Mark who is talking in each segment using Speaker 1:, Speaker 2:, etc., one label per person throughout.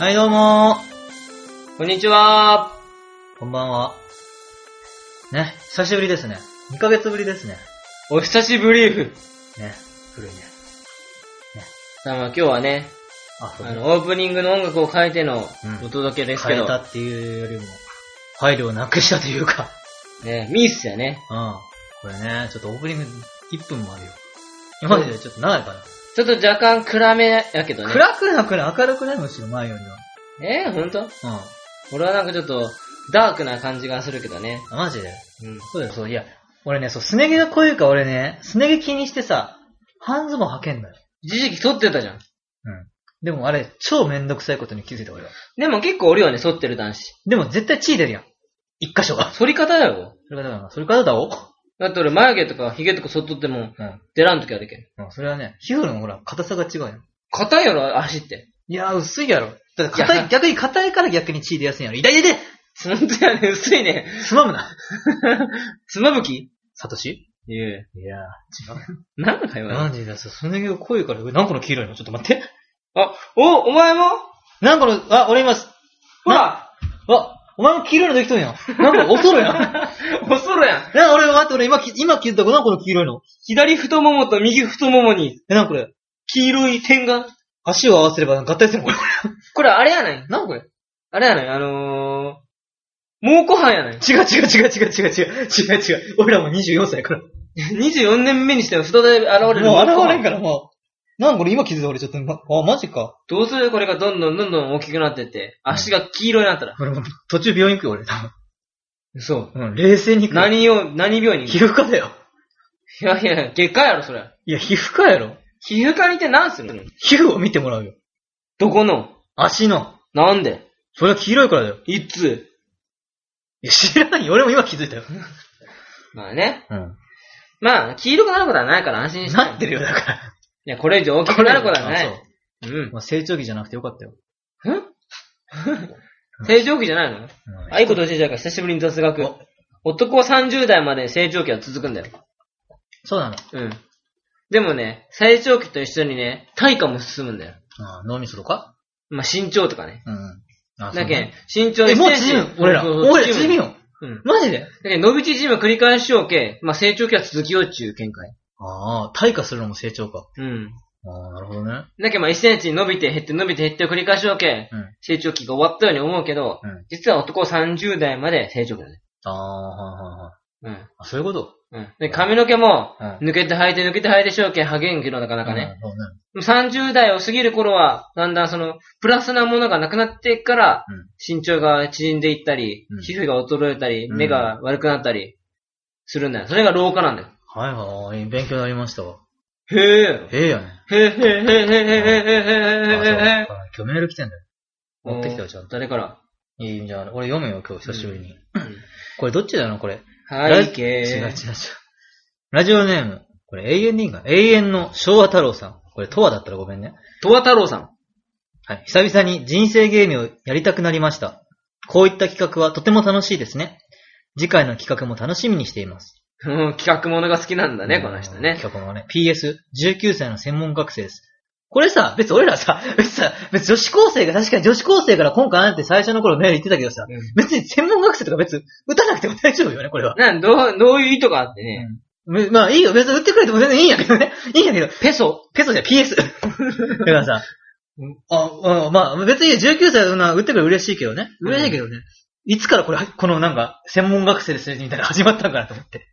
Speaker 1: はい、どうも
Speaker 2: こんにちは
Speaker 1: ー。こんばんは。ね、久しぶりですね。2ヶ月ぶりですね。
Speaker 2: お久しぶりー
Speaker 1: ね、古いね。
Speaker 2: さあまあ今日はね、
Speaker 1: あ、そう
Speaker 2: あ
Speaker 1: だ。
Speaker 2: の、オープニングの音楽を変えての
Speaker 1: うん
Speaker 2: お届けですけ
Speaker 1: 変え
Speaker 2: ど、
Speaker 1: たっていうよりも、ファイルをなくしたというか。
Speaker 2: ね、ミースやね。
Speaker 1: うん。これね、ちょっとオープニング1分もあるよ。今まででちょっと長いかな。
Speaker 2: ちょっと若干暗めやけどね。
Speaker 1: 暗くなくない明るくないむしろ前より
Speaker 2: えー、ほんと
Speaker 1: は。
Speaker 2: 俺はなんかちょっと、ダークな感じがするけどね。
Speaker 1: うん。マジで
Speaker 2: うん。
Speaker 1: そうだよ、そう。いや、俺ね、そう、すね毛が濃いから俺ね、すね毛気にしてさ、半ズボン履けんのよ。
Speaker 2: 一時期剃ってたじゃん。
Speaker 1: うん。でもあれ、超めんどくさいことに気づいた俺は。
Speaker 2: でも結構おるよね、剃ってる男子。
Speaker 1: でも絶対血出るやん。一箇所が。
Speaker 2: 剃り方だよ。
Speaker 1: それからだな。それからだお
Speaker 2: だって俺眉毛とか髭とか剃っとっても、
Speaker 1: うん。
Speaker 2: 出らん時あるけん。
Speaker 1: うん、それはね、皮膚のほら、硬さが違うやん。
Speaker 2: 硬いやろ、足って。
Speaker 1: いやー、薄いやろ。だから硬
Speaker 2: い
Speaker 1: い、
Speaker 2: や
Speaker 1: 逆に硬いから逆に血出やすいんやろ。痛い痛い痛
Speaker 2: ほんとやね、薄いね。
Speaker 1: いつまむな。
Speaker 2: つまぶき
Speaker 1: サトシ
Speaker 2: いえ。
Speaker 1: いやー、違う。
Speaker 2: なんだよ、
Speaker 1: なんでだよ、そすね毛が濃いから、何個の黄色いのちょっと待って。
Speaker 2: あ、お、お前も
Speaker 1: 何個の、あ、俺います。
Speaker 2: ほら
Speaker 1: あ、お前も黄色いのできとんやん。なんか恐ろやん。なんか
Speaker 2: おそろやん
Speaker 1: 俺、待って、俺今、今切った子何個の黄色いの
Speaker 2: 左太ももと右太ももに
Speaker 1: え、なんかこれ、
Speaker 2: 黄色い点が。
Speaker 1: 足を合わせれば合体するのこれ。
Speaker 2: これあれやない
Speaker 1: 何これ
Speaker 2: あれやないあのー、猛虎犯やない
Speaker 1: 違う違う違う違う違う違う違う違う。俺らもう24歳やから。
Speaker 2: ?24 年目にして再び現れる
Speaker 1: もう現れん
Speaker 2: ん
Speaker 1: か
Speaker 2: か
Speaker 1: らもう。なんか俺今気づいた俺ちょっと、まあ、マジか。
Speaker 2: どうするこれがどんどんどんどん大きくなってって、足が黄色になったら。
Speaker 1: 俺も途中病院行くよ俺多分。
Speaker 2: そう。
Speaker 1: うん、冷静に行くよ。
Speaker 2: 何を、何病院に
Speaker 1: 皮膚科だよ。
Speaker 2: いやいや、外科やろ、それ。
Speaker 1: いや、皮膚科やろ。
Speaker 2: 皮膚科に行って何するの
Speaker 1: 皮膚を見てもらうよ。
Speaker 2: どこの
Speaker 1: 足の。
Speaker 2: なんで
Speaker 1: それは黄色いからだよ。
Speaker 2: いつ
Speaker 1: いや、知らんよ。俺も今気づいたよ。
Speaker 2: まあね。
Speaker 1: うん。
Speaker 2: まあ、黄色くなることはないから安心して。
Speaker 1: なってるよ、だから。
Speaker 2: いや、これ以上大きくなることはな
Speaker 1: あ
Speaker 2: い
Speaker 1: そ。
Speaker 2: うん
Speaker 1: う。。まあ、成長期じゃなくてよかったよ。
Speaker 2: 正常期じゃないの
Speaker 1: うん
Speaker 2: あいこと教えちゃうから久しぶりに雑学。男は30代まで成長期は続くんだよ。
Speaker 1: そうなの。
Speaker 2: うん。でもね、成長期と一緒にね、退化も進むんだよ。
Speaker 1: あ脳みそとか
Speaker 2: まあ、身長とかね。
Speaker 1: うん。あ
Speaker 2: だけ
Speaker 1: そ
Speaker 2: ん、身長
Speaker 1: うなのえ、もう
Speaker 2: 1センチ
Speaker 1: 縮む。俺ら。
Speaker 2: そうそう
Speaker 1: 俺ら縮むよ。
Speaker 2: うん。
Speaker 1: マジで
Speaker 2: だけん伸び縮みを繰り返しようけ、まあ、成長期は続きようっちゅう見解。
Speaker 1: ああ、退化するのも成長か。
Speaker 2: うん。
Speaker 1: ああ、なるほどね。
Speaker 2: だけん、まあ、1センチに伸びて減って伸びて減ってを繰り返しようけ、
Speaker 1: うん
Speaker 2: 成長期が終わったように思うけど、
Speaker 1: うん
Speaker 2: 実は男は30代まで成長期だね。
Speaker 1: ああ、はいはいはい。
Speaker 2: うん。
Speaker 1: あ、そういうこと
Speaker 2: うん。で、髪の毛も、
Speaker 1: うん
Speaker 2: 抜けて生えて抜けて生えてしようけん、はげんけどなかなかね。
Speaker 1: うん。そうね。
Speaker 2: 30代を過ぎる頃は、だんだんその、プラスなものがなくなっていくから、
Speaker 1: うん
Speaker 2: 身長が縮んでいったり、
Speaker 1: うん
Speaker 2: 皮膚が衰えたり、
Speaker 1: うん
Speaker 2: 目が悪くなったりするんだよ。それが老化なんだよ。
Speaker 1: はいはい、勉強になりましたわ。
Speaker 2: へえ。
Speaker 1: ええやね。
Speaker 2: へえへえへ
Speaker 1: あ
Speaker 2: えへえへえへえへえへえへえへえ
Speaker 1: そうあ今日メール来てんだよ。持ってきたよ、ちゃんと。
Speaker 2: 誰から
Speaker 1: いいじゃん。俺読むよ、今日、久しぶりに。
Speaker 2: うん
Speaker 1: これどっちだよな、これ。
Speaker 2: は
Speaker 1: ラジ
Speaker 2: い、け
Speaker 1: 違う違う違う
Speaker 2: ー。。
Speaker 1: ラジオネーム。これ永遠でいいんかな永遠の昭和太郎さん。これ、とわだったらごめんね。
Speaker 2: とわ太郎さん。
Speaker 1: はい。久々に人生ゲームをやりたくなりました。こういった企画はとても楽しいですね。次回の企画も楽しみにしています。
Speaker 2: うん企画ものが好きなんだね、この人ね。
Speaker 1: 曲もね。PS19 歳の専門学生です。これさ、別に俺らさ、別にさ、別に女子高生が、確かに女子高生から今回なんて最初の頃メール言ってたけどさ、
Speaker 2: うん
Speaker 1: 別に専門学生とか別に打たなくても大丈夫よね、これは。
Speaker 2: なん、どう、どういう意図があってね。
Speaker 1: めまあいいよ、別に打ってくれても全然いいんやけどね。 いいんやけど、
Speaker 2: ペソ。
Speaker 1: ペソじゃ PS。だからさ、あ、あまあ別に19歳のな打ってくれば嬉しいけどね。
Speaker 2: うん
Speaker 1: 嬉しいけどね。いつからこれ、このなんか、専門学生ですみたいなの 始まったんかなと思って。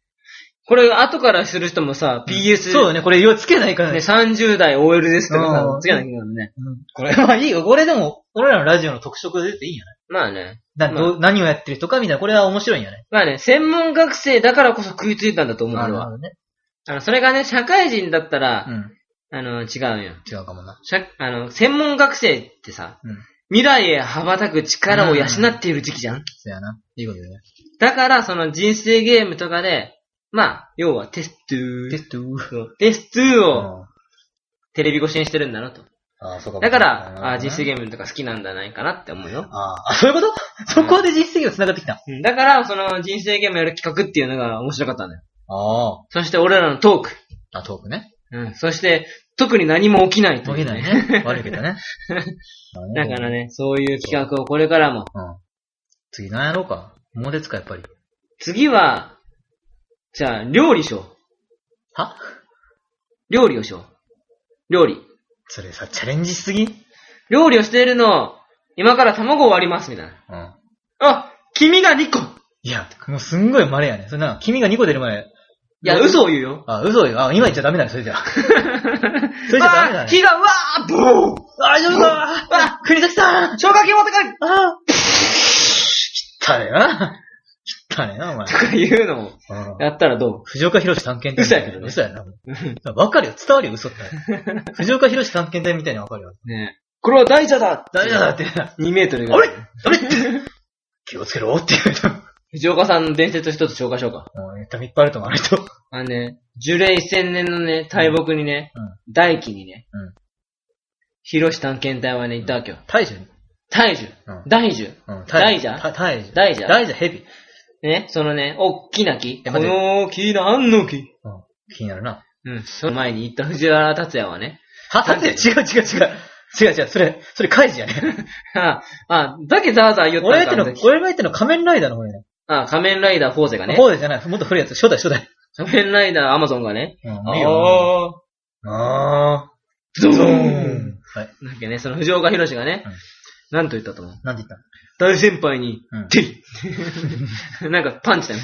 Speaker 2: これ、後からする人もさ、PS、
Speaker 1: そうよね、これ色つけないからね。
Speaker 2: ね、30代 OL ですとか
Speaker 1: う
Speaker 2: さ
Speaker 1: ん、
Speaker 2: つけなきゃいけないもんね。
Speaker 1: うんこれ、まあいいよ。これでも、俺らのラジオの特色で出ていいんやない
Speaker 2: まあね。
Speaker 1: だどう何をやってる人かみたいな、これは面白いんやね。
Speaker 2: まあね、専門学生だからこそ食いついたんだと思う、俺は。
Speaker 1: どね。
Speaker 2: あの、それがね、社会人だった
Speaker 1: う
Speaker 2: ら、
Speaker 1: ん。
Speaker 2: あの、違うんよ。
Speaker 1: 違うかもな。
Speaker 2: 社あの、専門学生ってさ、
Speaker 1: うん。
Speaker 2: 未来へ羽ばたく力を養っている時期じゃん。
Speaker 1: そうやな。いいことだね。
Speaker 2: だから、その人生ゲームとかで、まあ、要はテスト
Speaker 1: テ
Speaker 2: ゥ
Speaker 1: ストゥー。
Speaker 2: ー。テストゥーを
Speaker 1: あ
Speaker 2: テレビ越しにしてるんだなと。
Speaker 1: あ、そうかも
Speaker 2: だから、あ人生
Speaker 1: ーム。
Speaker 2: ゲームとか好きなんじゃないかなって思うよ。
Speaker 1: ああ、 そういうことそこで人生ゲーム繋がってきた。
Speaker 2: うんだから、その人生ゲームやる企画っていうのが面白かったんだよ。
Speaker 1: ああ。
Speaker 2: そして俺らのトーク。
Speaker 1: あ、トークね。
Speaker 2: うん。そして、特に何も起きないと
Speaker 1: ボケ
Speaker 2: いう
Speaker 1: ない。ね。悪いけど ね。ま
Speaker 2: だ
Speaker 1: あね
Speaker 2: からね、そういう企画をこれからも。
Speaker 1: うん。次何やろうか。モテツか、やっぱり。
Speaker 2: 次は、じゃあ、料理しよう。
Speaker 1: は
Speaker 2: 料理をしよう。料理。
Speaker 1: それさ、チャレンジしすぎうん。
Speaker 2: 料理をしているのを、今から卵を割ります、みたいな。あ、君が2個
Speaker 1: いや、もうすんごい稀やね。それなんか、君が2個出る前。
Speaker 2: いや、嘘を言うよ。
Speaker 1: あ、嘘よ。あ、今言っちゃダメだよ、 それじゃ。それじゃダメだ
Speaker 2: あ、
Speaker 1: ね。
Speaker 2: 火が、うわーボー
Speaker 1: 大丈夫かあ、国崎さん
Speaker 2: 消火器持ってこい
Speaker 1: あ 汚ねえな。汚ねえな、お前
Speaker 2: と。か言うのを、
Speaker 1: うん
Speaker 2: やったらど
Speaker 1: 藤岡弘探検隊。
Speaker 2: 嘘やけどね
Speaker 1: 嘘やな。も
Speaker 2: う
Speaker 1: うわかるよ。伝わるよ、嘘って。 藤岡弘探検隊みたいにわかるよ。
Speaker 2: ねこれは大蛇だ
Speaker 1: 大丈夫だって。あ
Speaker 2: 2メートルぐら
Speaker 1: れ
Speaker 2: い。
Speaker 1: あれ気をつけろって言うと。
Speaker 2: 藤岡さんの伝説を一つ紹介しようか。
Speaker 1: もうネタいっぱいあると思う、あれと。
Speaker 2: あのね、樹齢1000年のね、大木にね、大樹にね、
Speaker 1: うん
Speaker 2: 広志探検隊はね、いたわけよ。
Speaker 1: 大樹。
Speaker 2: 大樹
Speaker 1: うん、
Speaker 2: 大樹、
Speaker 1: うん
Speaker 2: 大蛇
Speaker 1: た大蛇。
Speaker 2: 大蛇
Speaker 1: 大蛇蛇。
Speaker 2: ね、そのね、おっきな木。
Speaker 1: え
Speaker 2: こ
Speaker 1: 待て
Speaker 2: の木なんの木。
Speaker 1: うん。気になるな。
Speaker 2: うん、その前に行った藤原達也はね、
Speaker 1: は、だって違う違う違う。違う違う、それ、それ、カイジや ね。
Speaker 2: あ、あ、だけザーザー言った
Speaker 1: 俺が
Speaker 2: か
Speaker 1: 言っ
Speaker 2: あ
Speaker 1: て
Speaker 2: の
Speaker 1: の、
Speaker 2: 時
Speaker 1: 俺が言っての仮面ライダーの方やね。
Speaker 2: あ、仮面ライダーフォーゼがね
Speaker 1: フ、ォーデじゃない、もっと古いやつ、初代初代。
Speaker 2: 仮面ライダーアマゾンがね、
Speaker 1: うん、いいよ。
Speaker 2: ああ
Speaker 1: あー。
Speaker 2: ゾーン
Speaker 1: はい。
Speaker 2: なんかね、その藤岡博がね、
Speaker 1: うん
Speaker 2: なんと言ったと思う
Speaker 1: なんて言った
Speaker 2: 大先輩に、
Speaker 1: うん
Speaker 2: てい なんかパンチだね。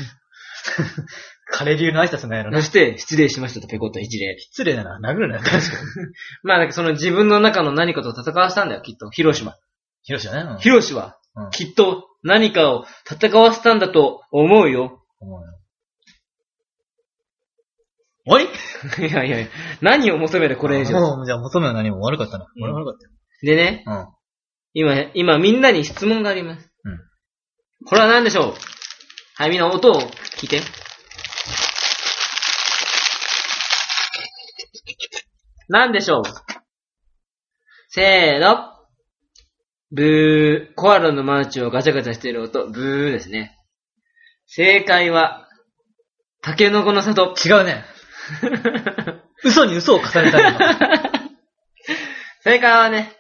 Speaker 1: 彼流の挨拶なんやろ
Speaker 2: そ
Speaker 1: な。
Speaker 2: して、失礼しましたとペコッと一 礼。
Speaker 1: 失礼だな、殴るな、確かに。
Speaker 2: まあ、なんかその自分の中の何かと戦わせたんだよ、きっと。広島。
Speaker 1: ヒロシだね。うん
Speaker 2: 広島
Speaker 1: うん
Speaker 2: は、きっと何かを戦わせたんだと思うよ。
Speaker 1: 思うよ終わり
Speaker 2: いやいやいや、何を求めるこれ以上。
Speaker 1: もう、じゃあ求めは何も悪かったな。
Speaker 2: ん
Speaker 1: 俺悪かっ
Speaker 2: でね、
Speaker 1: たよ。
Speaker 2: 今、今みんなに質問があります。
Speaker 1: うん
Speaker 2: これは何でしょうはい、みんな音を聞いて。何でしょうせーの。ブー。コアラのマーチをガチャガチャしている音、ブーですね。正解は、タケノコの里。
Speaker 1: うん。違う ね。嘘に嘘を重ねたね今
Speaker 2: 正解はね、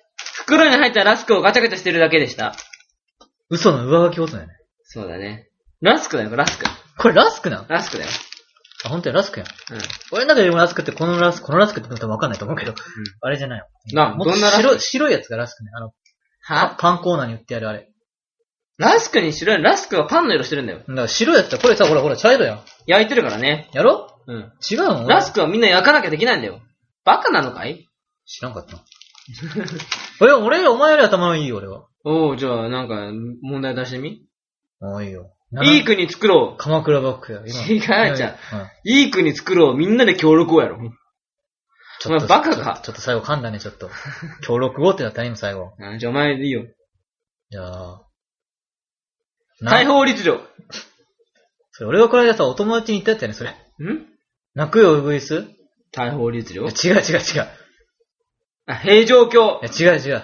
Speaker 2: 袋に入ったラスクをガチャガチャしてるだけでした。
Speaker 1: 嘘の上書き音だよね。
Speaker 2: そうだね。ラスクだよ、ラスク。
Speaker 1: これラスクなん
Speaker 2: ラスクだよ。
Speaker 1: あ、本当や、ラスクやん。
Speaker 2: うん。
Speaker 1: 俺の中でもラスクってこのラスク、このラスクって多分わかんないと思うけど、あれじゃないよ。
Speaker 2: な
Speaker 1: もっと
Speaker 2: どんなラスク
Speaker 1: 白い、白いやつがラスクね。あの、パ
Speaker 2: は
Speaker 1: パンコーナーに売ってやるあれ。
Speaker 2: ラスクに白い、ラスクはパンの色してるんだよ。
Speaker 1: だから白いやつだ、これさ、ほらほら、茶色やん。
Speaker 2: 焼いてるからね。
Speaker 1: やろ
Speaker 2: うん。
Speaker 1: 違うの
Speaker 2: ラスクはみんな焼かなきゃできないんだよ。バカなのかい
Speaker 1: 知らんかったな。 俺、俺、お前より頭いいよ、俺は。
Speaker 2: おう、じゃあ、なんか、問題出してみ
Speaker 1: もういいよ。
Speaker 2: いい国作ろう。
Speaker 1: 鎌倉幕府や。
Speaker 2: 違うじゃん
Speaker 1: うん。
Speaker 2: いい国作ろう。みんなで協力をやろう。
Speaker 1: ちょっと、
Speaker 2: お前バカか
Speaker 1: ちょっとちょっと最後噛んだね、ちょっと。協力をってなったね、今最後。
Speaker 2: あじゃあ、お前でいいよ。
Speaker 1: じゃあ。な
Speaker 2: 解放律令。ん
Speaker 1: それ俺がこの間さ、お友達に言ったやつやね、それ。泣くよ、ウグイス
Speaker 2: 解放律
Speaker 1: い
Speaker 2: 令
Speaker 1: や違う違う違う。
Speaker 2: あ、平城京。
Speaker 1: いや違う違う。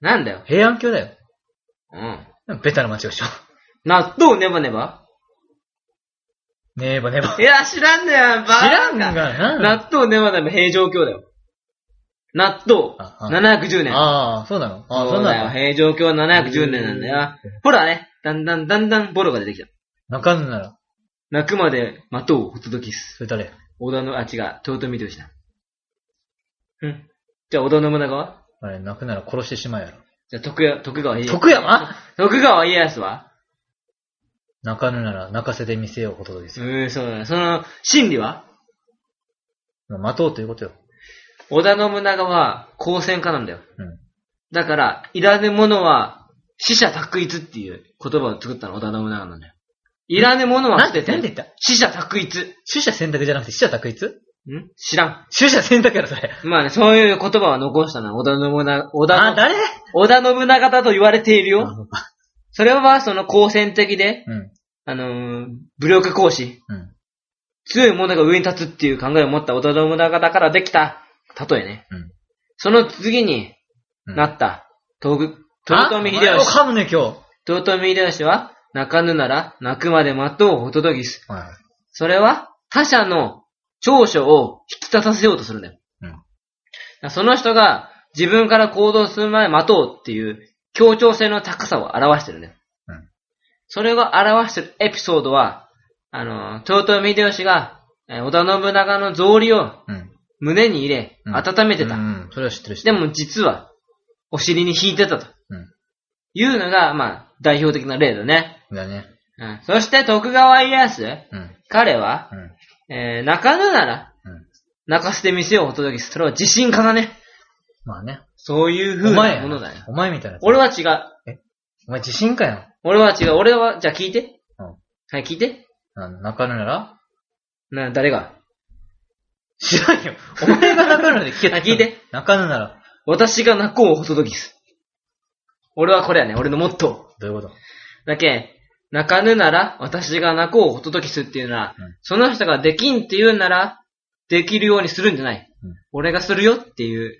Speaker 2: なんだよ。
Speaker 1: 平安京だよ。
Speaker 2: うん。
Speaker 1: ベタな間違いでしょ。
Speaker 2: 納豆ネバネバ
Speaker 1: ねえばねえば。
Speaker 2: いや、知らんねよ。バカ
Speaker 1: 知らんがな。
Speaker 2: 納豆ネバネバ平城京だよ。納豆
Speaker 1: ああ、
Speaker 2: 710年。
Speaker 1: ああ、そうなのああ、
Speaker 2: そ
Speaker 1: そうう
Speaker 2: だよ。
Speaker 1: なの
Speaker 2: 平城京は710年なんだよ。ほらね、だんだんだんだんボロが出てきた。
Speaker 1: 泣かぬなら、
Speaker 2: 泣くまで的をほとどきす。
Speaker 1: それ誰
Speaker 2: 織田の、あ、違う、豊臣秀吉だ。うん。じゃあ、織田信長は
Speaker 1: あれ、泣くなら殺してしまえやろ。
Speaker 2: じゃあ、徳川、徳川家康。
Speaker 1: 徳山
Speaker 2: 徳川家康は
Speaker 1: 泣かぬなら泣かせてみせようことです
Speaker 2: う
Speaker 1: よ。
Speaker 2: ーん、そうだね。その、真理は
Speaker 1: 待とうということよ。
Speaker 2: 織田信長は、公戦家なんだよ。
Speaker 1: うん。
Speaker 2: だから、いらぬものは、死者択一っていう言葉を作ったの、織田信長なんだよ。いらぬものは
Speaker 1: なん
Speaker 2: 捨て
Speaker 1: で、なんで言
Speaker 2: て、
Speaker 1: った
Speaker 2: 死者択一。ん
Speaker 1: 取捨選択じゃなくて死者択一
Speaker 2: 知らん。
Speaker 1: 取捨選択やろ、それ。
Speaker 2: まあね、そういう言葉は残したな、織田信長、織
Speaker 1: あ、
Speaker 2: 田の、
Speaker 1: 誰
Speaker 2: 織田信長だと言われているよ。
Speaker 1: う
Speaker 2: それは、その、好戦的で、
Speaker 1: ん。
Speaker 2: あのー武力行使、
Speaker 1: うん。
Speaker 2: 強い者が上に立つっていう考えを持った織田信長だからできた、例えね。
Speaker 1: うん
Speaker 2: その次に
Speaker 1: うん。
Speaker 2: なった、東豊臣秀
Speaker 1: あ
Speaker 2: 吉。
Speaker 1: 噛むね、今日。
Speaker 2: 豊臣秀吉は、泣かぬなら、泣くまで的をほとどぎす。
Speaker 1: は
Speaker 2: それは、他者の長所を引き立たせようとするんだよ。
Speaker 1: うん
Speaker 2: その人が自分から行動するまで待とうっていう協調性の高さを表してるね。
Speaker 1: うん
Speaker 2: それを表してるエピソードは、あの、豊臣秀吉が、えー織田信長の草履を
Speaker 1: うん。
Speaker 2: 胸に入れ、
Speaker 1: うん
Speaker 2: 温めてた。
Speaker 1: うん、それは知ってるし。
Speaker 2: で、も実は、お尻に引いてたと。
Speaker 1: うん
Speaker 2: いうのが、まあ、代表的な例だね。
Speaker 1: だね。
Speaker 2: うん、そして徳川家康、
Speaker 1: うん。
Speaker 2: 彼は、
Speaker 1: うん。
Speaker 2: えー、中野なら、
Speaker 1: うん。
Speaker 2: 泣かせて店をお届けする。それは自信家だね。
Speaker 1: まあね。
Speaker 2: そういう
Speaker 1: お
Speaker 2: 風
Speaker 1: 前
Speaker 2: なも
Speaker 1: や
Speaker 2: の
Speaker 1: な
Speaker 2: だよ。
Speaker 1: お前みたいな。
Speaker 2: 俺、は違う。
Speaker 1: お前自信かよ。
Speaker 2: 俺は違う。俺は、じゃあ聞いて。
Speaker 1: うん
Speaker 2: はい、聞いて。
Speaker 1: なん中野なら
Speaker 2: な、誰が
Speaker 1: 知らんよ。お前が中野で聞け
Speaker 2: あ聞いて。
Speaker 1: 中野なら、
Speaker 2: 私が泣こうをお届けす。俺はこれやね。俺のモット
Speaker 1: どういうこと
Speaker 2: ー。だけ、泣かぬなら、私が泣こうをお届けすっていうのは、
Speaker 1: うん
Speaker 2: その人ができんって言うなら、できるようにするんじゃない。
Speaker 1: うん
Speaker 2: 俺がするよっていう、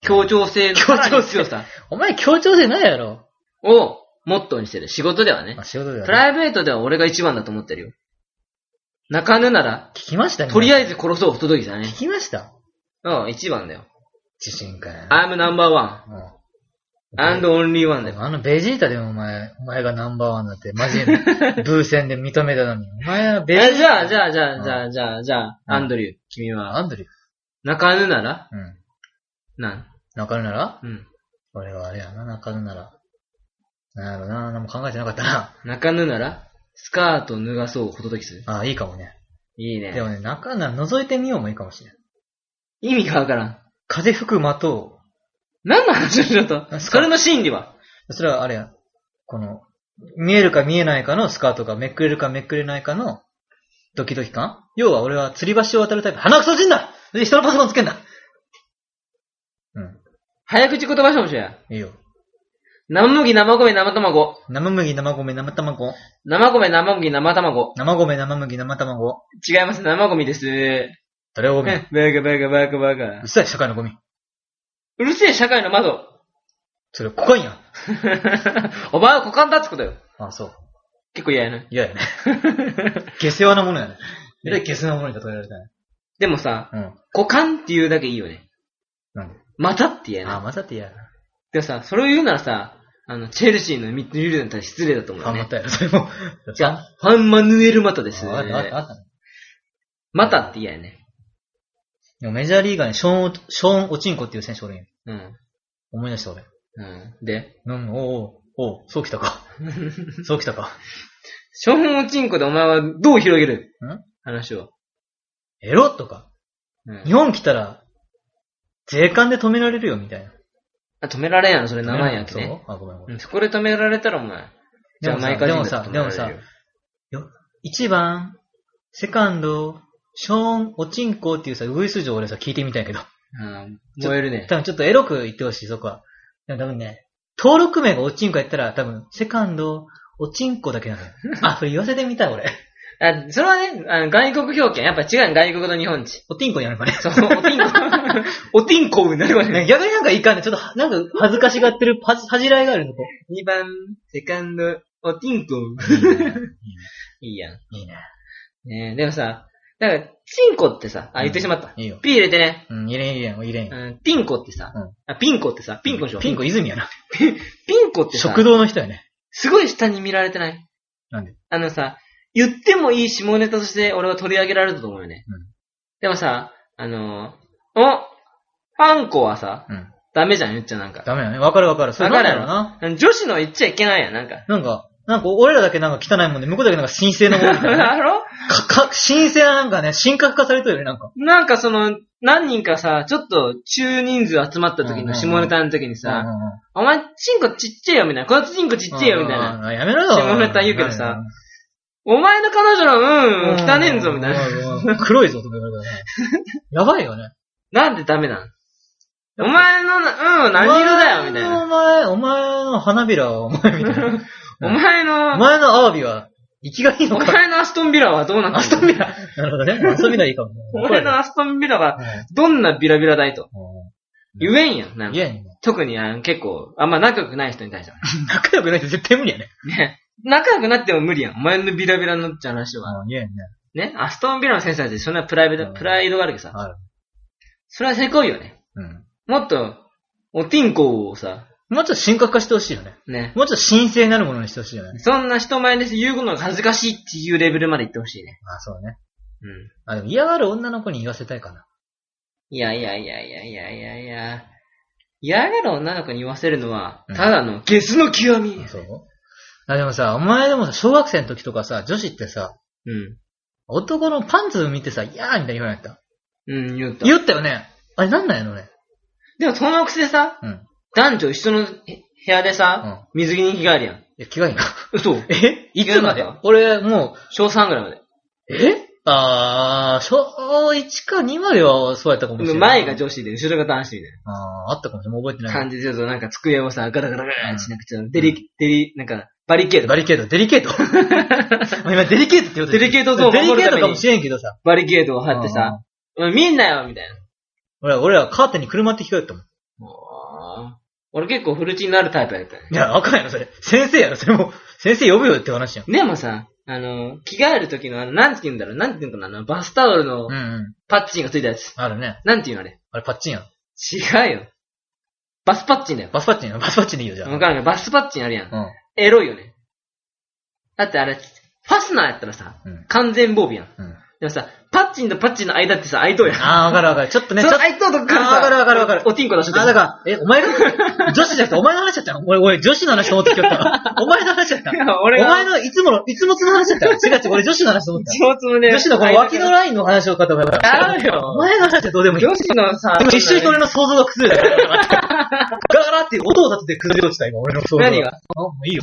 Speaker 2: 協調性の
Speaker 1: 協調性
Speaker 2: さらに強さ
Speaker 1: お前協調性ないやろ。
Speaker 2: をモットーにしてる。仕事ではね
Speaker 1: あ、。仕事だよ、
Speaker 2: プライベートでは俺が一番だと思ってるよ。泣かぬなら、
Speaker 1: 聞きましたね。
Speaker 2: とりあ
Speaker 1: え
Speaker 2: えず殺そうお届けだね
Speaker 1: 聞。きました
Speaker 2: うん、一番だよ。
Speaker 1: 自信かよ。
Speaker 2: I'm number one
Speaker 1: も
Speaker 2: and only one だよ。
Speaker 1: うあのベジータでもお前、お前がナンバーワンだって、マ ジで、ブー戦で認めたのに。お前はベジータ。
Speaker 2: え、じゃあ、じゃあ、じゃあ、じゃ
Speaker 1: う
Speaker 2: あ、じゃあ、じゃあ、
Speaker 1: うん
Speaker 2: アンドリュー、君は、
Speaker 1: アンドリュー。
Speaker 2: 泣かぬなら、
Speaker 1: うん。
Speaker 2: なん、
Speaker 1: 中野なら
Speaker 2: うん。
Speaker 1: 俺はあれやな、中野なら。なんやろな、何も考えてなかったな。
Speaker 2: 泣かぬなら、スカート脱がそう、ホトトキス。
Speaker 1: ああ、いいかもね。
Speaker 2: いい
Speaker 1: で
Speaker 2: ね。
Speaker 1: もね、中野なら覗いてみようもいいかもしれん。
Speaker 2: 意味がわからん。
Speaker 1: 風吹く的を。
Speaker 2: 何の話をしろと。
Speaker 1: スカ
Speaker 2: それの心理は。
Speaker 1: それはあれや、この、見えるか見えないかのスカートがめくれるかめくれないかのドキドキ感要は俺は吊り橋を渡るタイプ。鼻くそじんなで人のパソコンつけんなうん。
Speaker 2: 早口言葉勝負しようや。
Speaker 1: いいよ。
Speaker 2: 生麦、生米、生卵。
Speaker 1: 生麦、生米、生卵。
Speaker 2: 生米、生麦、生卵。
Speaker 1: 生米、生麦、生卵。
Speaker 2: 違います、生ゴミです。
Speaker 1: 誰がゴミ
Speaker 2: えバカバカバカバカ
Speaker 1: うっ。さい、社会のゴミ。
Speaker 2: うるせえ、社会の窓。
Speaker 1: それ、コカインや。
Speaker 2: お前は股間だってことよ。
Speaker 1: あ、そう。
Speaker 2: 結構嫌やな。
Speaker 1: 嫌や ね。下世話なものやね。えらい下世話なものに例えられたね。
Speaker 2: でもさ、
Speaker 1: うん。
Speaker 2: 股間っていうだけいいよね。
Speaker 1: なんで
Speaker 2: またって嫌や
Speaker 1: あ、
Speaker 2: な。
Speaker 1: またって嫌やな。
Speaker 2: でもさ、それを言うならさ、あの、チェルシーのミッドフィルダーに対して失礼だと思う
Speaker 1: あ、
Speaker 2: よ
Speaker 1: ま
Speaker 2: ね。
Speaker 1: たやろ、それも。
Speaker 2: じゃあ、ファンマヌエルマタで
Speaker 1: あ
Speaker 2: す。
Speaker 1: わかった、わかった、わかった。
Speaker 2: またって嫌やね。
Speaker 1: でもメジャーリーガーにショーン、ショーン・オチンコっていう選手おるんよ
Speaker 2: うん。
Speaker 1: 思い出した俺。
Speaker 2: うん。で、
Speaker 1: うん、おうおうおうそう来た か。そう来たか。
Speaker 2: ショーン・オチンコでお前はどう広げる
Speaker 1: ん
Speaker 2: 話を。
Speaker 1: エロとか。
Speaker 2: うん
Speaker 1: 日本来たら、税関で止められるよ、みたいな。
Speaker 2: あ、止められんやろ、それ名前やけね。
Speaker 1: そうあ、ごめんごめ。
Speaker 2: うんん、そこで止められたらお前。じゃ
Speaker 1: で
Speaker 2: あ、
Speaker 1: もさ
Speaker 2: 毎回
Speaker 1: でもさでも1番、セカンド、ショーン・オチンコっていうさ、ウグイス嬢俺さ、聞いてみたいけど。
Speaker 2: うん、燃えるね。
Speaker 1: 多分ちょっとエロく言ってほしい、そこは。でも多分ね、登録名がオチンコやったら、多分、セカンド、オチンコだけ なのよ。あ、それ言わせてみたい、俺。
Speaker 2: あ、それはね、あの外国表現。やっぱ違う外国と日本 人。
Speaker 1: オチンコになるかね。
Speaker 2: そう、おティンコ。おティンコになるわね。
Speaker 1: ね 逆になんかいかんね。ちょっと、なんか恥ずかしがってる、恥恥じらいがあるのこう
Speaker 2: 2番、セカンド、おティンコ。 いいやん。
Speaker 1: いいね。
Speaker 2: ねえ、でもさ、なんか、チンコってさ、あ、言ってしまった。
Speaker 1: いいよ。
Speaker 2: ピー入れてね。
Speaker 1: うん、入れん入れん、入れん
Speaker 2: う
Speaker 1: よ。
Speaker 2: ん、ティンコってさ
Speaker 1: うん、
Speaker 2: あ、ピンコってさ、ピンコでしょ
Speaker 1: ピンコ泉やな。
Speaker 2: ピンコってさ
Speaker 1: 食、堂の人やね。
Speaker 2: すごい下に見られてない
Speaker 1: なんで
Speaker 2: あのさ、言ってもいい下ネタとして俺は取り上げられたと思うよね
Speaker 1: うん。
Speaker 2: でもさ、あのー、お、パンコはさ、
Speaker 1: うん。
Speaker 2: ダメじゃん、言っちゃなんか。
Speaker 1: ダメだね。わかるわかる。それな
Speaker 2: わか
Speaker 1: ん
Speaker 2: るや
Speaker 1: だ
Speaker 2: ろ
Speaker 1: ろうな。
Speaker 2: 女子の言っちゃいけないやん、なんか。
Speaker 1: なんか、なんか俺らだけなんか汚いもんで、向こうだけなんか神聖なもんみたい なね。
Speaker 2: だろ
Speaker 1: か、か、神聖ななんかね、神格化されてるよね、なんか。
Speaker 2: なんかその、何人かさ、ちょっと中人数集まった
Speaker 1: う
Speaker 2: 時
Speaker 1: んうんう
Speaker 2: の
Speaker 1: ん
Speaker 2: 下ネタの時に
Speaker 1: うん
Speaker 2: さ、
Speaker 1: うんうん
Speaker 2: お前、チンコちっちゃいよみたいな、こいつチンコちっちゃいよみたいな、
Speaker 1: な。やめろよ。
Speaker 2: 下ネタ言うけどさお前の彼女
Speaker 1: う、
Speaker 2: の、うんん、汚ねえんぞみたいな。
Speaker 1: いな。黒いぞとか言われたらね。 やばいよね。
Speaker 2: なんでダメなんお前のな、うん、何色だよみたいな。
Speaker 1: お前、お前の花びらはお前みたいな。
Speaker 2: お前
Speaker 1: お
Speaker 2: の、
Speaker 1: 前のアワビは、生きがいいの
Speaker 2: お
Speaker 1: か。
Speaker 2: 前のアストンビラはどうなって
Speaker 1: アストンビラ。なるほどね。アストンビラいいかも。
Speaker 2: お前のアストンビラは、
Speaker 1: はい
Speaker 2: どんなビラビラだいと。
Speaker 1: う
Speaker 2: 言えんやん、なん
Speaker 1: ん
Speaker 2: か
Speaker 1: いやいや
Speaker 2: 特にあの結構、あんま仲良くない人に対しては。
Speaker 1: 仲良くないと絶対無理やね。
Speaker 2: ね。仲良くなっても無理やん。お前のビラビラになっちゃう話は。
Speaker 1: いやいやね。
Speaker 2: ね、アストンビラの先生だってそんなプライベー
Speaker 1: うん
Speaker 2: ト、プライドがあるけどさ、
Speaker 1: ある。
Speaker 2: それはせこいよね。
Speaker 1: うん。
Speaker 2: もっと、おティンコをさ、
Speaker 1: もうちょっと深刻化してほしいよね。
Speaker 2: ね。
Speaker 1: もうちょっと神聖なるものにしてほしいよね。
Speaker 2: そんな人前で言うことが恥ずかしいっていうレベルまで行ってほしいね。
Speaker 1: あ、そうね。
Speaker 2: うん。
Speaker 1: あ、でも嫌がる女の子に言わせたいかな。
Speaker 2: いやいやいやいやいやいやいや。嫌がる女の子に言わせるのは
Speaker 1: う、ん
Speaker 2: ただのゲスの極み。うん。
Speaker 1: そうあ、でもさ、お前でもさ、小学生の時とかさ、女子ってさ、男のパンツ見てさ、いやーみたいに言わなかった。
Speaker 2: うん、言った。
Speaker 1: 言ったよね。あれなんなんやろね。
Speaker 2: でもそのくせさ、
Speaker 1: うん。うん。
Speaker 2: 男女一緒の部屋でさ、水着に着替えるやん。
Speaker 1: いや、着替えな。
Speaker 2: 嘘。
Speaker 1: えいつま
Speaker 2: 着替え
Speaker 1: で
Speaker 2: なかっ
Speaker 1: 俺、も
Speaker 2: 小3ぐらいまで。
Speaker 1: う、えあー、小1か2まではそうやったかもしれない。
Speaker 2: 前が女子で、後ろが男子みたい
Speaker 1: あー、あったかもしれない。もう覚えて
Speaker 2: な
Speaker 1: ない。
Speaker 2: 感じで、ちょっとなんか机をさ、ガラガラガラしなくちゃ、デリ、デリ、なんか、バリケード
Speaker 1: バ。リケード、デリケー ト。今、デリケートって言おうとして
Speaker 2: デリケートゾーンを守
Speaker 1: デリ
Speaker 2: るために
Speaker 1: ケートかもしれんけどさ。
Speaker 2: バリケードを張って
Speaker 1: うん
Speaker 2: さ、お前見んなよみたいな。
Speaker 1: 俺ら、俺らカーテンに車って聞こえたもん。
Speaker 2: 俺結構フルチになるタイプやったね。
Speaker 1: いや、あかんやろ、それ。先生やろ、それもう。先生呼ぶよって話やん。
Speaker 2: でもさ、あの、着替える時の、あの、なんて言うんだろう、なんて言うのかな、あの、バスタオルの
Speaker 1: うんうん。
Speaker 2: パッチンがついたやつ。
Speaker 1: あるね。
Speaker 2: なんて言うのあれ。
Speaker 1: あれ、パッチンやん。
Speaker 2: 違うよ。バスパッチンだよ。
Speaker 1: バスパッチンやん。バスパッチンでいいよ、じゃあ。
Speaker 2: わからんけど、バスパッチンあるやん。
Speaker 1: うん。
Speaker 2: エロいよね。だってあれ、ファスナーやったらさ、
Speaker 1: うん
Speaker 2: 完全防備やん。
Speaker 1: うん。
Speaker 2: でもさ、パッチンとパッチンの間ってさ、開いとうやん。
Speaker 1: あー、わかるわかる。ちょっとね、
Speaker 2: そ
Speaker 1: ちょっ
Speaker 2: の
Speaker 1: と。あ
Speaker 2: 開いとうとこから
Speaker 1: あ
Speaker 2: さ、
Speaker 1: ーわかるわかるわかる
Speaker 2: おちんこ出し
Speaker 1: ー、
Speaker 2: とく
Speaker 1: だから、え、お前が、 女子じゃなくて、お前の話だったの俺、俺、女子の話と思ってきよったわ。お前の話だった
Speaker 2: い。や俺
Speaker 1: お
Speaker 2: が、
Speaker 1: 前の、いつもの、いつもつの話だったわ。違う違う、俺、女子の話と思った。
Speaker 2: 上手ね。
Speaker 1: 女子のこの脇のラインの話をかと思った
Speaker 2: ある
Speaker 1: お
Speaker 2: よ。
Speaker 1: 前の話はどうでもいい。
Speaker 2: 女子のさ、
Speaker 1: 今一瞬俺の想像が崩れ た。ガラって音を立てて崩れ落ちた、今、俺の想像。
Speaker 2: 何が
Speaker 1: あも ういいよ。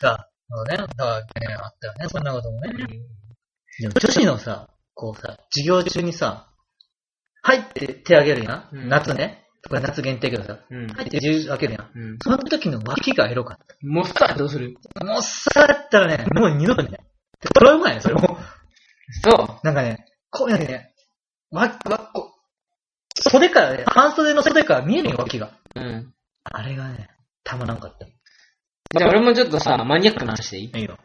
Speaker 1: だ、そうね、だからね、あったよね、そんなこともね。でも女子のさ、こうさ、授業中にさ、はいって手あげるやん。
Speaker 2: うん
Speaker 1: 夏ね。とか夏限定やけどさ、
Speaker 2: うん。
Speaker 1: はいって手開けるやん。
Speaker 2: うん。
Speaker 1: その時の脇がエロかっ
Speaker 2: もっさりどうする
Speaker 1: た。もうさだったらね、もう二度とね。それはうまいね、それも。
Speaker 2: そう。
Speaker 1: なんかね、こういうのね、わ、わ、こう、袖からね、半袖の袖から見えるよ、脇が。
Speaker 2: うん。
Speaker 1: あれがね、たまらんかった。
Speaker 2: じゃあ俺もちょっとさ、マニアックな話していい
Speaker 1: いいよ。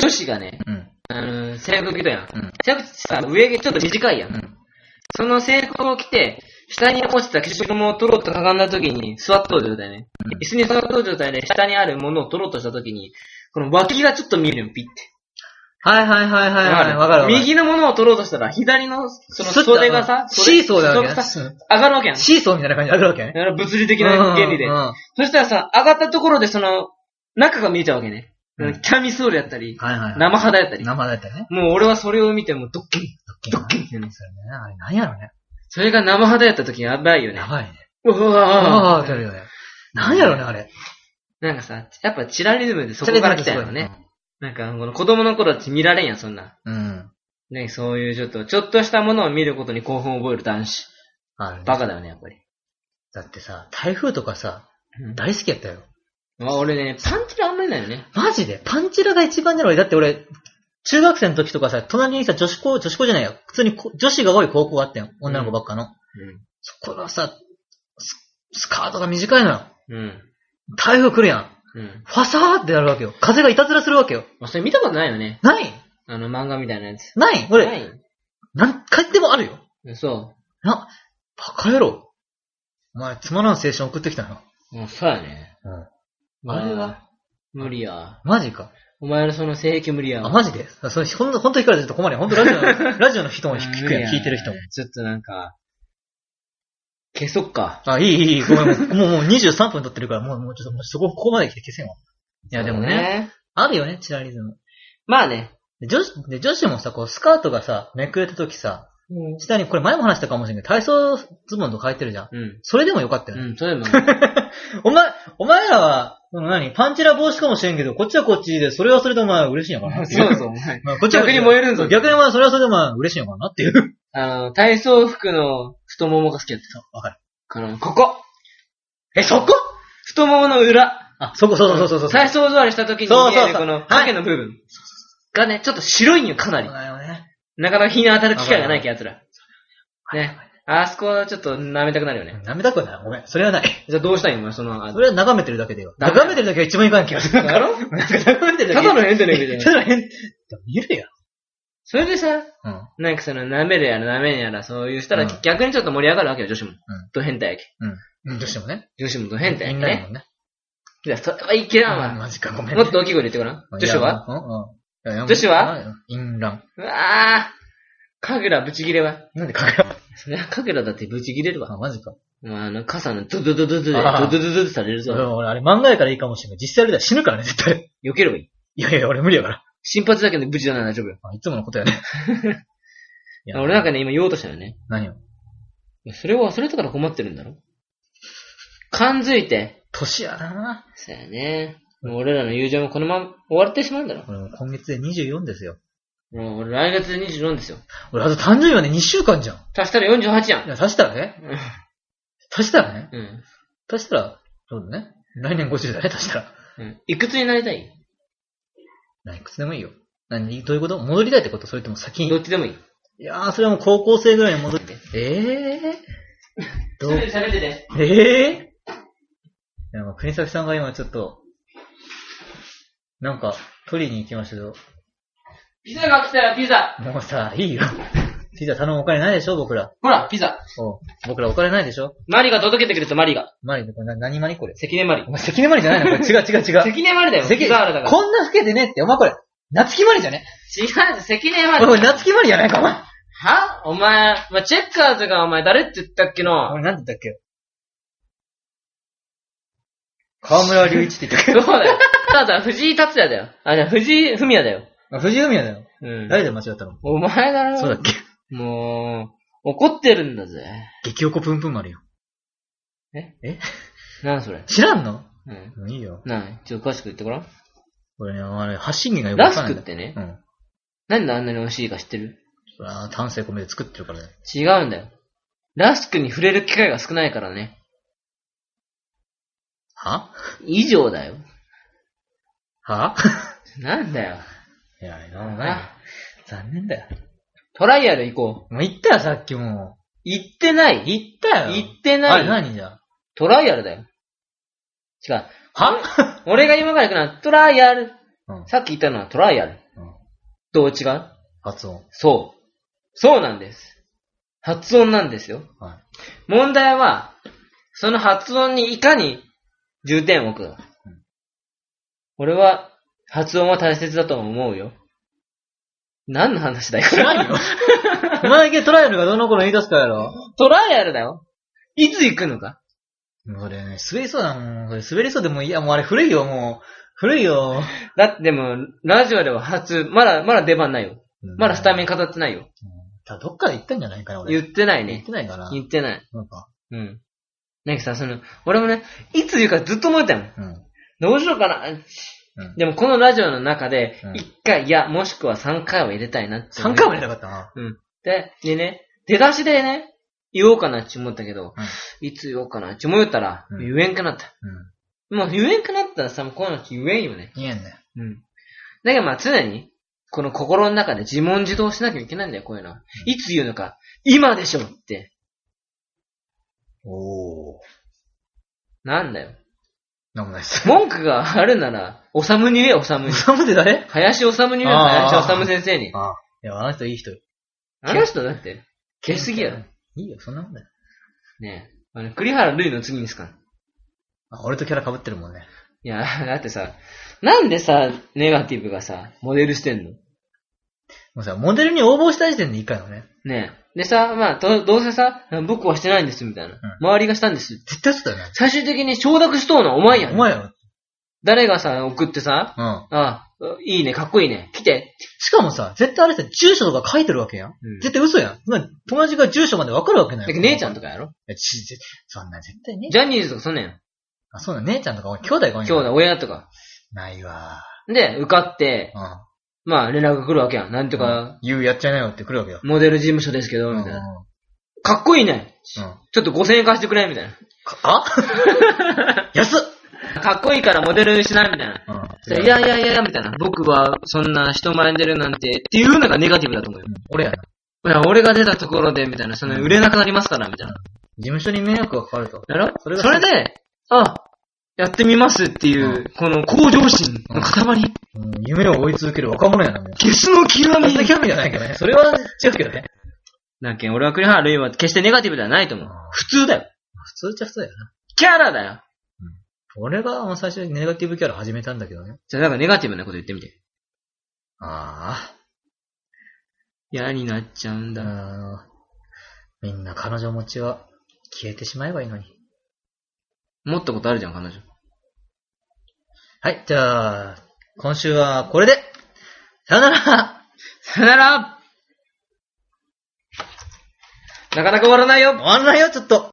Speaker 2: 女子がね、
Speaker 1: うん。
Speaker 2: あのー、制服着たやん。
Speaker 1: うん。
Speaker 2: 制服ってさ、上着ちょっと短いや。
Speaker 1: うんん。
Speaker 2: その制服を着て、下に落ちた消しゴムを取ろうとかがんだ時に、座っとう状態ね。
Speaker 1: うん
Speaker 2: 椅子に座っとう状態で、下にあるものを取ろうとした時に、この脇がちょっと見えるよ、ピッて。
Speaker 1: はいはいはいはいはい。わかるわかる。
Speaker 2: 右のものを取ろうとしたら、左の、その
Speaker 1: スッと
Speaker 2: 袖がさ、
Speaker 1: シーソーだわ
Speaker 2: よ
Speaker 1: けね。
Speaker 2: 上がるわけやん。
Speaker 1: シーソーみたいな感じで上がるわけね。
Speaker 2: だから物理的な原理で
Speaker 1: うん。うんうん
Speaker 2: そしたらさ、上がったところでその、中が見えちゃうわけね。
Speaker 1: うん
Speaker 2: キャミソールやったり、
Speaker 1: はいはい。
Speaker 2: 生肌やったり。も
Speaker 1: 生だったね。
Speaker 2: う俺はそれを見てもうドッキリ。
Speaker 1: ド
Speaker 2: ド
Speaker 1: ッ
Speaker 2: ッ
Speaker 1: キリ
Speaker 2: キリってなるんです
Speaker 1: それね。あれなんやろね。
Speaker 2: それが生肌やった時やばいよね
Speaker 1: や。ばいね。
Speaker 2: うわ
Speaker 1: ああ、
Speaker 2: わ
Speaker 1: 出るよね。なんやろね、あれ。
Speaker 2: なんかさ、やっぱチラリズムでそこから来たよね。。なんか、この子供の頃って見られんやん、そんな。
Speaker 1: うん。
Speaker 2: ね、そういうちょっと、ちょっとしたものを見ることに興奮を覚える男子。
Speaker 1: あるね
Speaker 2: バカだよね、やっぱり。
Speaker 1: だってさ、台風とかさ、
Speaker 2: うん
Speaker 1: 大好きやったよ。
Speaker 2: あ俺ね、パンチラあんまりないよね。
Speaker 1: マジでパンチラが一番じゃろだって俺、中学生の時とかさ、隣にさ、女子校、女子校じゃないよ。普通にこ女子が多い高校があったよ。女の子ばっかの。そこがさ、ススカートが短いのよ。
Speaker 2: うん。うん。
Speaker 1: 台風来るやん。
Speaker 2: うん。
Speaker 1: ファサーってなるわけよ。風がいたずらするわけよ。
Speaker 2: あそれ見たことないよね。
Speaker 1: ない
Speaker 2: あの漫画みたいなやつ。
Speaker 1: ない
Speaker 2: な
Speaker 1: 俺、
Speaker 2: い
Speaker 1: 何回でもあるよ。
Speaker 2: そ
Speaker 1: な、バカ野郎。お前、つまらん青春送ってきたな。
Speaker 2: う。もうそうやね。
Speaker 1: うん。あれは
Speaker 2: 無理や。
Speaker 1: マジか。
Speaker 2: お前のその性癖無理や
Speaker 1: あ、
Speaker 2: わ。
Speaker 1: マジでそれ、ほんと、ほんと光るずっと困るよ。ほんとラジオ の、ラジオの人も
Speaker 2: うん
Speaker 1: 聞くやん。聞いてる人も。。
Speaker 2: ちょっとなんか、消そっか。
Speaker 1: あ、いい、いい、いい、ごめん。もう、もう23分撮ってるから、もう、もうちょっと、もうそこ、ここまで来て消せんわ。い
Speaker 2: い
Speaker 1: や、でもね、。あるよね、チラリズム。
Speaker 2: まあね。
Speaker 1: で女子、で、女子もさ、こう、スカートがさ、めくれた時さ、
Speaker 2: うん。
Speaker 1: 下に、これ前も話したかもしれんけど、体操ズボンとか入ってるじゃん。
Speaker 2: うん。
Speaker 1: それでもよかったよね。
Speaker 2: それでもね。
Speaker 1: お前、お前らは、その何パンチラ防止かもしれんけど、こっちはこっちで、それはそれでお前嬉しいのかなってい
Speaker 2: そうそう、お前。
Speaker 1: まあ、こっちはこっちで
Speaker 2: 逆に燃えるんぞ
Speaker 1: 逆にお前、それはそれでお前嬉しいのかなって いう。
Speaker 2: あの、体操服の太ももが好きやった。
Speaker 1: わかる。
Speaker 2: から、ここ
Speaker 1: え、そこ
Speaker 2: 太ももの裏
Speaker 1: あ、そこ、そうそうそうそうそう。
Speaker 2: 体操座りした時に
Speaker 1: そうそうそう
Speaker 2: 見えるこの
Speaker 1: はい
Speaker 2: 影の部分がね、ちょっと白いんよ、かなり。
Speaker 1: だよね。
Speaker 2: なかなか日に当たる機会がないけ、奴ら。ね
Speaker 1: は。
Speaker 2: あそこはちょっと舐めたくなるよね。
Speaker 1: 舐めたくはない。ごめん。それはない。
Speaker 2: じゃあどうしたいんお前、その、あ
Speaker 1: それは眺めてるだけでよ。
Speaker 2: だめ
Speaker 1: 眺めてるだけが一番いかん気がする。
Speaker 2: だろ
Speaker 1: なんか眺めてるだけ。
Speaker 2: ただの変っての意味じゃない
Speaker 1: ただの変。見るやん。
Speaker 2: それでさ、
Speaker 1: うん。
Speaker 2: なんかその、舐めるやら舐めんやら、そういうしたら、
Speaker 1: うん
Speaker 2: 逆にちょっと盛り上がるわけよ、女子も。ド変態やけ。
Speaker 1: うん。女子もね。
Speaker 2: 女子もド変態
Speaker 1: み
Speaker 2: やけ
Speaker 1: んなにも
Speaker 2: ね。
Speaker 1: ね。
Speaker 2: いや、それはいけらん
Speaker 1: うん
Speaker 2: わ。
Speaker 1: マジか、ごめんね。
Speaker 2: もっと大きい声で言ってごらん。女子はい
Speaker 1: やうんうんいや
Speaker 2: 女子は
Speaker 1: いや淫乱。
Speaker 2: うわぁ、かぐらぶち切れは。
Speaker 1: なんでかけら
Speaker 2: そりゃかぐらだってぶち切れるわ。
Speaker 1: あ、マジか。
Speaker 2: もうあの、傘のドドドドドで、ド
Speaker 1: あー
Speaker 2: ドドドドされる
Speaker 1: で
Speaker 2: ぞ。
Speaker 1: も俺、あれ漫画やからいいかもしれない。実際あれだよ死ぬからね、絶対。
Speaker 2: 避ければいい。
Speaker 1: いやいや、俺無理やから。
Speaker 2: 心発だけでぶちだなら大丈夫よ。
Speaker 1: あいつものことや ね。いや
Speaker 2: 俺なんかね、今言おうとしたよね。
Speaker 1: 何を
Speaker 2: いやそれを忘れたから困ってるんだろ感づいて。
Speaker 1: 年やな
Speaker 2: そうやね。もう俺らの友情もこのまま終わってしまうんだろ。
Speaker 1: 俺もう今月で24ですよ。
Speaker 2: もう俺来月で24ですよ。
Speaker 1: 俺、あと誕生日はね、2週間じゃん。
Speaker 2: 足したら48や
Speaker 1: い
Speaker 2: ん。
Speaker 1: や、足したらね足したらね
Speaker 2: うん。
Speaker 1: 足したら、そうだね。来年50だね、足したら。
Speaker 2: うん。いくつになりたい
Speaker 1: 何いくつでもいいよ。何どういうこと戻りたいってことそれとも先
Speaker 2: ど
Speaker 1: に。
Speaker 2: っちでもいい。
Speaker 1: いやー、それはもう高校生ぐらいに戻って。ええー、どう
Speaker 2: て喋ってて。
Speaker 1: ええいや、もう国崎さんが今ちょっと、なんか、取りに行きましたけど、
Speaker 2: ピザが来たよ、ピザ。
Speaker 1: もうさ、いいよ。ピザ頼むお金ないでしょ、僕ら。
Speaker 2: ほら、ピザ。
Speaker 1: おう僕らお金ないでしょ
Speaker 2: マリが届けてくれたマリが。
Speaker 1: マリ、これな何マリこれ。
Speaker 2: 関根マリ
Speaker 1: お。前、関根マリじゃないのこれ、違う違う違う。
Speaker 2: 関根マリだよ。
Speaker 1: 関
Speaker 2: ピザールだから。
Speaker 1: こんな老けてねえって、お前これ、夏木マリじゃね
Speaker 2: 違う、関根 マ
Speaker 1: お
Speaker 2: リ。
Speaker 1: いおい、夏木マリじゃないか、お前。
Speaker 2: はお前、まチェッカーズがお前誰って言ったっけな
Speaker 1: 俺なんて言ったっけ河村隆一って言った
Speaker 2: そうだよ。ただ、藤井達也だよ。あ、じゃあ藤井文也だよ。
Speaker 1: っけ藤井文也だよ。
Speaker 2: うん。
Speaker 1: 誰で間違ったの
Speaker 2: お前だろ
Speaker 1: そうだっけ
Speaker 2: もう、怒ってるんだぜ。
Speaker 1: 激おこぷんぷん丸よ。
Speaker 2: なあ、それ。
Speaker 1: 知らんの
Speaker 2: うん。
Speaker 1: もういいよ。
Speaker 2: なあ、ちょっと詳しく言ってごらん。
Speaker 1: 俺ね、あれ、発信源がよく
Speaker 2: ラ
Speaker 1: わか
Speaker 2: ス
Speaker 1: んないんだ。
Speaker 2: クってね
Speaker 1: う、ん。
Speaker 2: なんであんなに美味しいか知ってる
Speaker 1: それは丹精込めて作ってるからね。
Speaker 2: 違うんだよ。ラスクに触れる機会が少ないからね。
Speaker 1: は
Speaker 2: 以上だよ。
Speaker 1: は
Speaker 2: なんだよ。
Speaker 1: いや、なんもないよ
Speaker 2: あ
Speaker 1: 残念だよ。
Speaker 2: トライアル行こう。
Speaker 1: もう行ったよ、さっきも
Speaker 2: 行ってない。行
Speaker 1: う。行ったよ。
Speaker 2: って
Speaker 1: あ
Speaker 2: な
Speaker 1: れ
Speaker 2: い。
Speaker 1: 何じゃあ
Speaker 2: トライアルだよ。違う。
Speaker 1: は
Speaker 2: 俺が今から行くのはトライアル。
Speaker 1: うん。
Speaker 2: さっき言ったのはトライアル。
Speaker 1: うん
Speaker 2: どう違う
Speaker 1: 発音。
Speaker 2: そう。そうなんです。発音なんですよ。
Speaker 1: は
Speaker 2: 問題は、その発音にいかに重点を置くか
Speaker 1: うん。
Speaker 2: 俺は、発音は大切だと思うよ。何の話だよ。
Speaker 1: い。何よ お前だけトライアルがどの頃言い出すかやろ
Speaker 2: トライアルだよ。いつ行くのか
Speaker 1: もうそれね、滑りそうだもん。それ滑りそうでもういいや、もうあれ古いよ、もう。古いよ。
Speaker 2: だってでも、ラジオでは初、まだ、まだ出番ないよ。 まだスタメン語ってないよ。
Speaker 1: ン。ただどっかで行ったんじゃないかな、俺。
Speaker 2: 言ってない
Speaker 1: 言っ
Speaker 2: ね。
Speaker 1: てないかな。
Speaker 2: 言ってない。
Speaker 1: なんか。
Speaker 2: うん。なんかさ、その、俺もね、いつ言うかずっと思ってたもん。
Speaker 1: うん。
Speaker 2: どうしようかな。
Speaker 1: うん
Speaker 2: でもこのラジオの中で
Speaker 1: う、ん
Speaker 2: 1回、いや、もしくは3回は入れたいなって。
Speaker 1: 3回も入れ
Speaker 2: た
Speaker 1: たかったな。
Speaker 2: うん。で、でね、出だしでね、言おうかなって思ったけど、
Speaker 1: うん
Speaker 2: いつ言おうかなって思ったら、
Speaker 1: うん
Speaker 2: 言えんくなった。もう言えんくなったらさ、もうこういうの言えんよね。
Speaker 1: うん。言えんね。
Speaker 2: うん。だけどまあ常に、この心の中で自問自答しなきゃいけないんだよ、こういうのは。いつ言うのか、今でしょって。
Speaker 1: おー。
Speaker 2: なんだよ。
Speaker 1: なんもないっす。
Speaker 2: 文句があるなら、おさむに言え、おさむに。
Speaker 1: サムで誰
Speaker 2: 林おさむに言え、
Speaker 1: あー
Speaker 2: 林おさむ先生に。
Speaker 1: あいや、あの人いい人よ。
Speaker 2: あの人だって、消しすぎやろ。
Speaker 1: いいよ、そんなもんだよ。
Speaker 2: ねえ。あの、栗原るいの次ですか
Speaker 1: あ俺とキャラ被ってるもんね。
Speaker 2: いや、 だってさ、なんでさ、ネガティブがさ、モデルしてんの
Speaker 1: もうさ、モデルに応募した時点でいいからよね。
Speaker 2: ねえ。でさ、まあ、どどうせさ、僕はしてないんです、みたいな。周りがしたんです。
Speaker 1: 絶対そうだよね。
Speaker 2: 最終的に承諾しとうのはお前やん。
Speaker 1: お前よ。
Speaker 2: 誰がさ、送ってさ、
Speaker 1: うん。
Speaker 2: ああ、いいね、かっこいいね、来て。
Speaker 1: しかもさ、絶対あれさ、住所とか書いてるわけやん。
Speaker 2: うん
Speaker 1: 絶対嘘やん。そんな友達が住所までわかるわけな
Speaker 2: だ
Speaker 1: い
Speaker 2: け
Speaker 1: よ
Speaker 2: ど姉ちゃんとかやろ
Speaker 1: いやちぜそんな絶対ね。
Speaker 2: ジャニーズとかそんなんやん。
Speaker 1: あ、そうだ、姉ちゃんとか、おい兄弟が多いん
Speaker 2: 兄弟、親とか。
Speaker 1: ないわ
Speaker 2: で、受かって、
Speaker 1: うん。
Speaker 2: まあ、連絡が来るわけやん。なんと
Speaker 1: と
Speaker 2: か、、
Speaker 1: 言うやっちゃいなよって来るわけよ。
Speaker 2: モデル事務所ですけど、
Speaker 1: うん。う
Speaker 2: み
Speaker 1: ん
Speaker 2: たいな。かっこいいね。
Speaker 1: か
Speaker 2: ちょっと5000円貸してくれ、みたいな。
Speaker 1: あ 安っ
Speaker 2: かっこいいからモデルしないみたいな。
Speaker 1: うん
Speaker 2: いやいやいや、みたいな。僕はそんな人前に出るなんてっていうのがネガティブだと思うよ。
Speaker 1: うん俺やな。
Speaker 2: いや、俺が出たところで、みたいな。その売れなくなりますから、みたいな。
Speaker 1: 事務所に迷惑がかかると。
Speaker 2: やろ
Speaker 1: そ
Speaker 2: そ
Speaker 1: れが
Speaker 2: れで、あ、やってみますっていう、この向上心の塊。
Speaker 1: うん夢を追い続ける若者やな、もう。
Speaker 2: ゲスの極
Speaker 1: そんなキャミじゃないけどね。それは違うけどね。
Speaker 2: なんけん、俺は栗原るいは決してネガティブではないと思う。普通だよ。
Speaker 1: 普通っちゃ普通だよな。
Speaker 2: キャラだよ。
Speaker 1: 俺がもう最初にネガティブキャラ始めたんだけどね。
Speaker 2: じゃあなんかネガティブなこと言ってみて。
Speaker 1: あ
Speaker 2: 嫌になっちゃうん
Speaker 1: あ、う
Speaker 2: だ。
Speaker 1: ーん。みんな彼女持ちは消えてしまえばいいのに。
Speaker 2: 持ったことあるじゃん、彼女。
Speaker 1: はい、じゃあ、今週はこれで、さよなら
Speaker 2: さよならなかなか終わらないよ
Speaker 1: 終わらないよ、ちょっと